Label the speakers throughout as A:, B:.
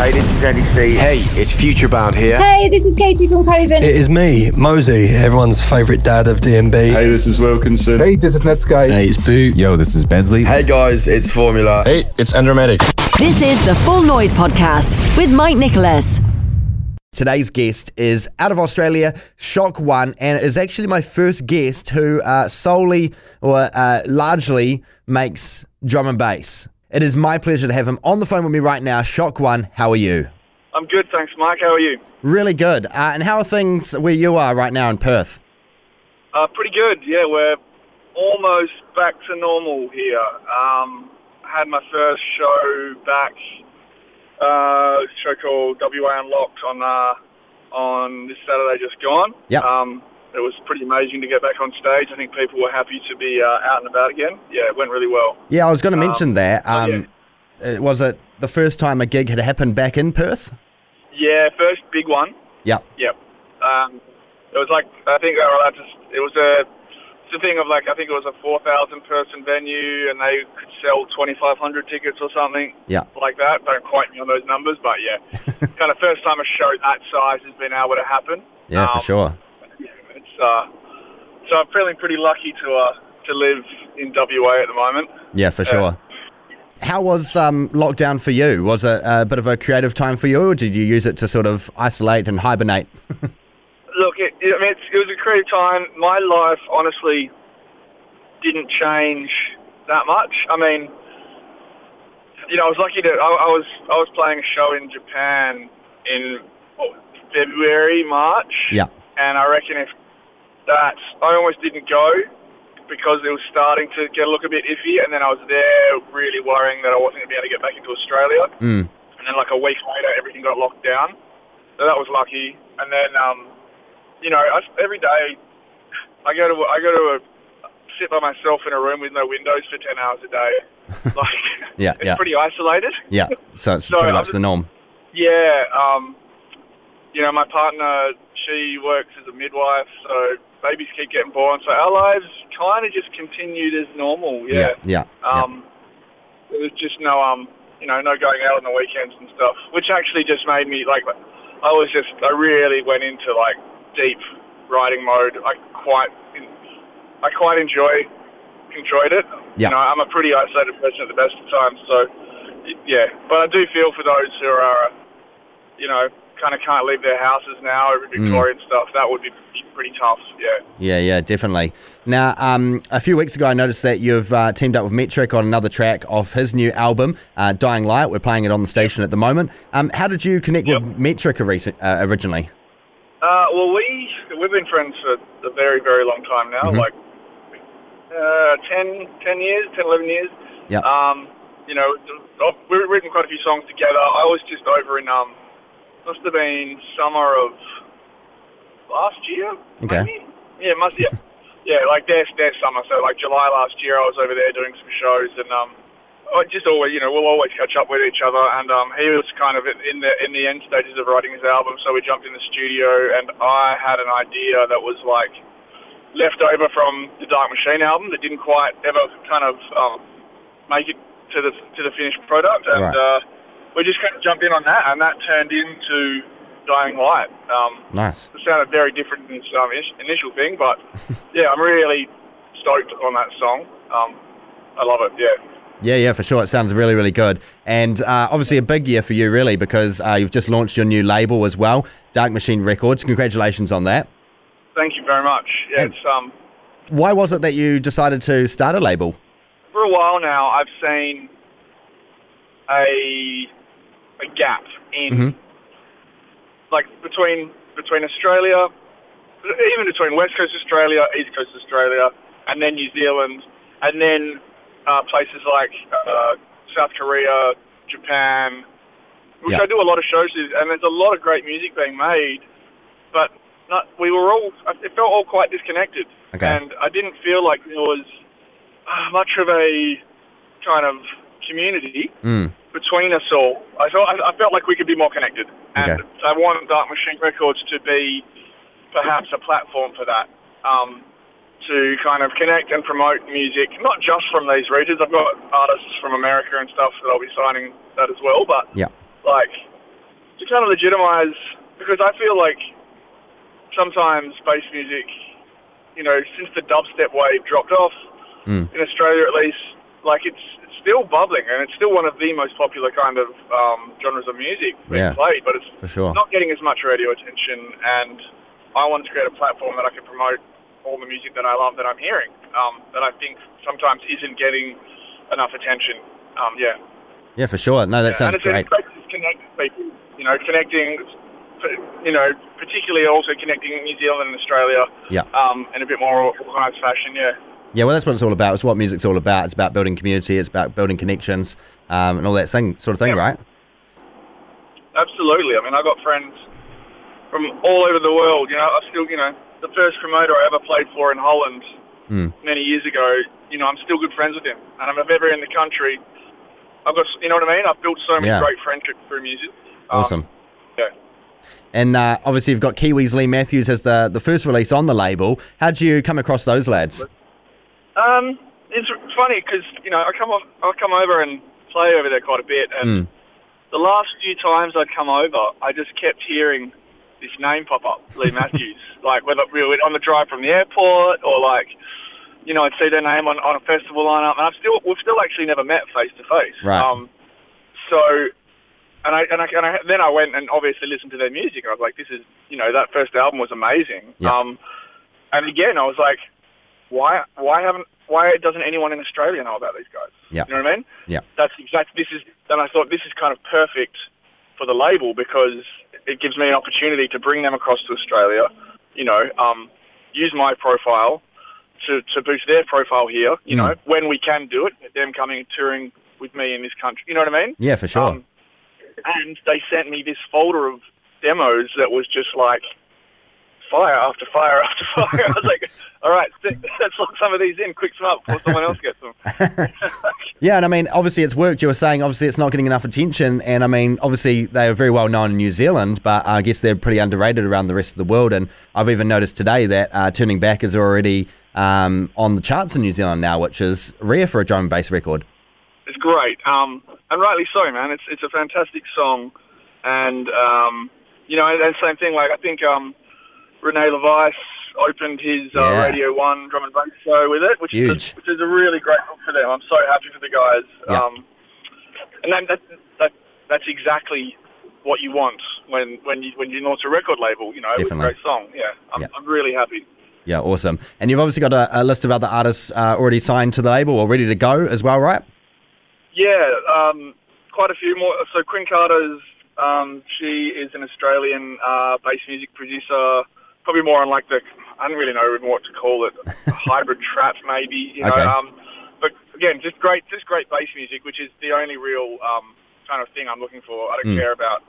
A: Hey, this is Eddie C.
B: Hey, it's Futurebound here.
C: Hey, this is Katie from Coven.
D: It is me, Mosey, everyone's favourite dad of DMB.
E: Hey, this is Wilkinson.
F: Hey, this is Netsky.
G: Hey, it's Boo.
H: Yo, this is Bensley.
I: Hey guys, it's Formula.
J: Hey, it's Andromatic.
K: This is the Full Noise Podcast with Mike Nicholas.
L: Today's guest is out of Australia, Shock One, and is actually my first guest who uh, solely or uh, largely makes drum and bass. It is my pleasure to have him on the phone with me right now. Shock One, how are you?
M: I'm good, thanks, Mike. How are you?
L: Really good. Uh, and how are things where you are right now in Perth?
M: Uh, pretty good, yeah. We're almost back to normal here. Um, had my first show back uh, show called WA Unlocked on uh, on this Saturday just gone.
L: Yeah.
M: Um, it was pretty amazing to get back on stage. I think people were happy to be uh, out and about again. Yeah, it went really well.
L: Yeah, I was going to mention um, that. Um, yeah. it, was it the first time a gig had happened back in Perth?
M: Yeah, first big one.
L: Yep.
M: Yep. Um, it was like I think they were allowed to. It was a it's a thing of like I think it was a four thousand person venue, and they could sell twenty five hundred tickets or something.
L: Yeah,
M: like that. Don't quite know those numbers, but yeah, kind of first time a show that size has been able to happen.
L: Yeah, um, for sure.
M: Yeah, it's, uh, so I'm feeling pretty lucky to uh, to live in WA at the moment.
L: Yeah, for sure. Uh, How was um, lockdown for you? Was it a bit of a creative time for you, or did you use it to sort of isolate and hibernate?
M: look, it, it, I mean, it was a creative time. My life, honestly, didn't change that much. I mean, you know, I was lucky to. I, I was I was playing a show in Japan in oh, February, March.
L: Yeah.
M: And I reckon if that, I almost didn't go because it was starting to get a look a bit iffy, and then I was there really worrying that I wasn't going to be able to get back into Australia.
L: Mm.
M: And then, like a week later, everything got locked down. So that was lucky. And then, um, you know, I, every day I go to I go to a, sit by myself in a room with no windows for ten hours a day. Like,
L: yeah,
M: it's
L: yeah.
M: pretty isolated.
L: Yeah, so it's so pretty much just, the norm.
M: Yeah, um, you know, my partner she works as a midwife, so babies keep getting born. So our lives kind of just continued as normal.
L: Yeah, yeah.
M: yeah um, yeah. There was just no um, you know, no going out on the weekends and stuff, which actually just made me like. I was just, I really went into like deep writing mode. I quite, I quite enjoy, enjoyed it.
L: Yeah.
M: You know, I'm a pretty isolated person at the best of times, so yeah. But I do feel for those who are, you know, kind of can't leave their houses now over Victorian mm. stuff. That would be pretty tough. Yeah.
L: Yeah, yeah, definitely. Now, um, a few weeks ago, I noticed that you've uh, teamed up with Metric on another track of his new album, uh, Dying Light. We're playing it on the station at the moment. Um, how did you connect yep. with Metric recent, uh, originally?
M: Uh, well, we we've been friends for a very very long time now, mm-hmm. like uh, 10, 10 years, 10, 11 years.
L: Yeah.
M: Um, you know, we've written quite a few songs together. I was just over in um, must have been summer of last year.
L: Okay.
M: Maybe? Yeah, must yeah, yeah, like their their summer. So like July last year, I was over there doing some shows and um. I just always, you know, we'll always catch up with each other. And um, he was kind of in the in the end stages of writing his album, so we jumped in the studio, and I had an idea that was like left over from the Dark Machine album that didn't quite ever kind of um, make it to the to the finished product, and
L: right.
M: uh, we just kind of jumped in on that, and that turned into Dying Light. Um,
L: nice.
M: It sounded very different than its um, initial thing, but yeah, I'm really stoked on that song. Um, I love it. Yeah.
L: Yeah, yeah, for sure. It sounds really, really good. And uh, obviously, a big year for you, really, because uh, you've just launched your new label as well, Dark Machine Records. Congratulations on that.
M: Thank you very much. Yeah, and it's, um,
L: why was it that you decided to start a label?
M: For a while now, I've seen a, a gap in,
L: mm-hmm.
M: like, between, between Australia, even between West Coast Australia, East Coast Australia, and then New Zealand, and then uh, places like uh, South Korea, Japan, which
L: yeah. I
M: do a lot of shows with, and there's a lot of great music being made, but not, we were all, it felt all quite disconnected.
L: Okay.
M: And I didn't feel like there was uh, much of a kind of community
L: mm.
M: between us all. I felt, I felt like we could be more connected. And
L: okay.
M: I wanted Dark Machine Records to be perhaps a platform for that. Um, to kind of connect and promote music, not just from these regions. I've got artists from America and stuff that I'll be signing that as well, but
L: yeah.
M: like to kind of legitimize because I feel like sometimes bass music, you know, since the dubstep wave dropped off
L: Mm.
M: in Australia, at least, like it's, it's still bubbling and it's still one of the most popular kind of um, genres of music being
L: Yeah.
M: played, but it's
L: For sure.
M: not getting as much radio attention. And I wanted to create a platform that I could promote all the music that I love that I'm hearing um, that I think sometimes isn't getting enough attention. Um, yeah.
L: Yeah, for sure. No, that sounds
M: And it's-
L: great.
M: it's great to connect people, you know, connecting, you know, particularly also connecting New Zealand and Australia
L: Yeah.
M: um, in a bit more organised fashion, yeah.
L: Yeah, well, that's what it's all about. It's what music's all about. It's about building community. It's about building connections um, and all that thing, sort of thing, right?
M: Uh-huh. Absolutely. I mean, I got friends from all over the world. You know, I still, you know, the first promoter I ever played for in Holland
L: Hmm.
M: many years ago. You know, I'm still good friends with him, and if I'm ever in the country, I've got, you know what I mean. I've built so many
L: Yeah.
M: great friendships through music. Um,
L: Awesome.
M: yeah.
L: And uh, obviously, you've got Kiwis Lee Matthews as the, the first release on the label. How'd you come across those lads?
M: Um, it's funny because you know I come off, I come over and play over there quite a bit, and the last few times I'd come over, I just kept hearing this name pop up, Lee Matthews. like whether we were on the drive from the airport or like, you know, I'd see their name on, on a festival lineup, and I've still we've still actually never met face to face. Um,
L: Right.
M: So. And I, and I and I then I went and obviously listened to their music. I was like, this is you know that first album was amazing.
L: Yeah.
M: Um, and again, I was like, why why haven't why doesn't anyone in Australia know about these guys?
L: Yeah.
M: You know what I mean?
L: Yeah.
M: That's exactly this is then I thought this is kind of perfect for the label because it gives me an opportunity to bring them across to Australia, you know, um, use my profile to, to boost their profile here,
L: Hmm.
M: you know, when we can do it, them coming and touring with me in this country. You know what I mean?
L: Yeah, for sure.
M: Um, and they sent me this folder of demos that was just like fire after fire after fire. I was like, all right, th- let's lock some of these in, quick them up before someone else gets them.
L: Yeah, and I mean, obviously it's worked. You were saying obviously it's not getting enough attention, and I mean, obviously they are very well known in New Zealand, but I guess they're pretty underrated around the rest of the world. And I've even noticed today that uh, "Turning Back" is already um, on the charts in New Zealand now, which is rare for a drum and bass record.
M: It's great, um, and rightly so, man. It's it's a fantastic song, and um, you know, and, and same thing. Like I think um, Rene Levice opened his uh,
L: Yeah.
M: Radio One drum and bass show with it, which
L: Huge.
M: is which is a really great hook for them. I'm so happy for the guys,
L: Yeah.
M: um, and that, that, that that's exactly what you want when when you when you launch a record label. You know,
L: Definitely.
M: with a great song. Yeah, I'm,
L: Yeah.
M: I'm really happy.
L: Yeah, awesome. And you've obviously got a, a list of other artists uh, already signed to the label or ready to go as well, right?
M: Yeah, um, quite a few more. So Quinn Carter's, um, she is an Australian uh, bass music producer, probably more on like the, I don't really know what to call it, hybrid trap maybe, you know.
L: Okay.
M: Um, but again, just great, just great bass music, which is the only real um, kind of thing I'm looking for. I don't care about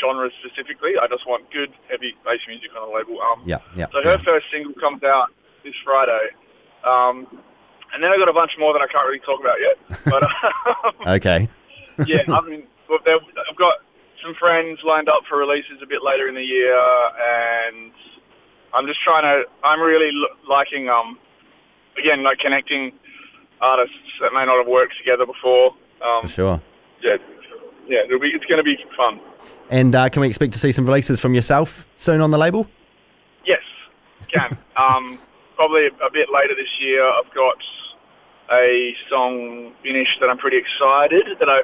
M: genres specifically. I just want good, heavy bass music on the label. Um,
L: Yeah, yeah,
M: So her
L: yeah.
M: first single comes out this Friday. Um, and then I got a bunch more that I can't really talk about yet. But um,
L: Okay.
M: yeah, I mean, well, there- I've got some friends lined up for releases a bit later in the year, and I'm just trying to. I'm really l- liking, um, again, like connecting artists that may not have worked together before. Um,
L: For sure.
M: Yeah, yeah, it'll be. It's going to be fun.
L: And uh, can we expect to see some releases from yourself soon on the label?
M: Yes, can. um, probably a, a bit later this year. I've got a song finished that I'm pretty excited that I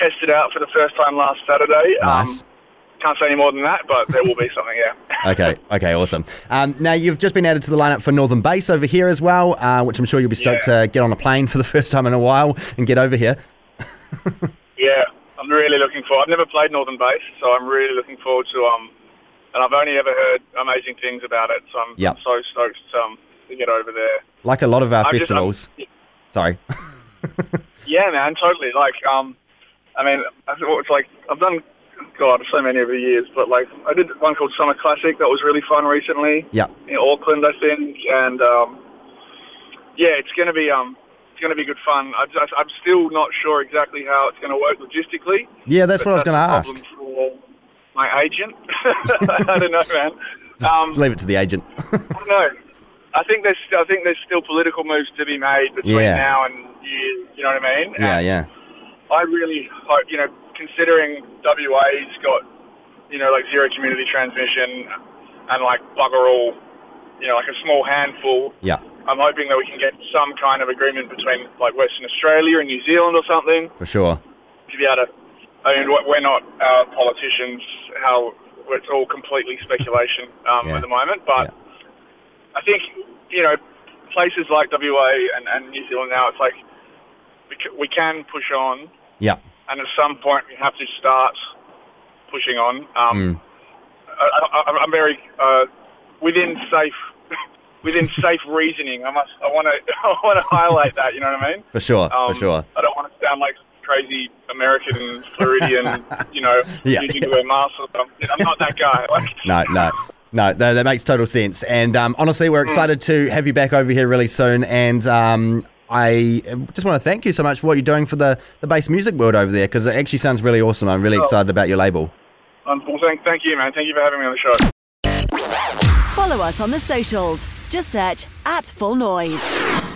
M: tested out for the first time last Saturday.
L: Nice.
M: Um, can't say any more than that, but there will be something. Yeah.
L: Okay, okay, awesome. Um, now, you've just been added to the lineup for Northern Base over here as well, uh, which I'm sure you'll be stoked
M: Yeah.
L: to get on a plane for the first time in a while and get over here.
M: Yeah, I'm really looking forward. I've never played Northern Bass, so I'm really looking forward to um, and I've only ever heard amazing things about it, so I'm
L: Yep.
M: so stoked um, to get over there.
L: Like a lot of our
M: I'm just- I'm-
L: festivals. Sorry.
M: yeah, man, totally. Like, um, I mean, I thought it's like I've done, God, so many over the years, but like I did one called Summer Classic that was really fun recently.
L: yeah,
M: in Auckland, I think, and um, yeah, it's going to be um, it's going to be good fun. I just, I'm still not sure exactly how it's going to work logistically.
L: Yeah, that's
M: but
L: what I was gonna
M: a
L: ask.
M: problem For my agent, I don't know, man. Um,
L: leave it to the agent.
M: I don't know. I think there's I think there's still political moves to be made between
L: Yeah.
M: now and you, you know what I mean?
L: yeah,
M: And
L: yeah.
M: I really hope, you know, considering WA's got you know, like zero community transmission and like bugger all, you know, like a small handful.
L: Yeah.
M: I'm hoping that we can get some kind of agreement between like Western Australia and New Zealand or something
L: for sure.
M: to be able to. I mean, we're we're not uh, politicians. How it's all completely speculation um,
L: Yeah.
M: at the moment. But I think you know, places like WA and, and New Zealand now, it's like we, c- we can push on,
L: Yeah.
M: and at some point we have to start pushing on. Um,
L: Hmm.
M: I, I, I'm very uh, within safe. Within safe reasoning, I must. I want to. I want to highlight that. You know what I mean?
L: For sure.
M: Um,
L: for sure.
M: I don't want to sound like crazy American Floridian, you know,
L: Yeah,
M: using to wear masks or something. I'm not that guy. Like,
L: No, no. No, that, that makes total sense. And um, honestly, we're excited to have you back over here really soon. And um, I just want to thank you so much for what you're doing for the, the bass music world over there because it actually sounds really awesome. I'm really excited about your label.
M: um, well, thank, thank you, man. Thank you for having me on the show.
K: Follow us on the socials. Just search at Full Noise.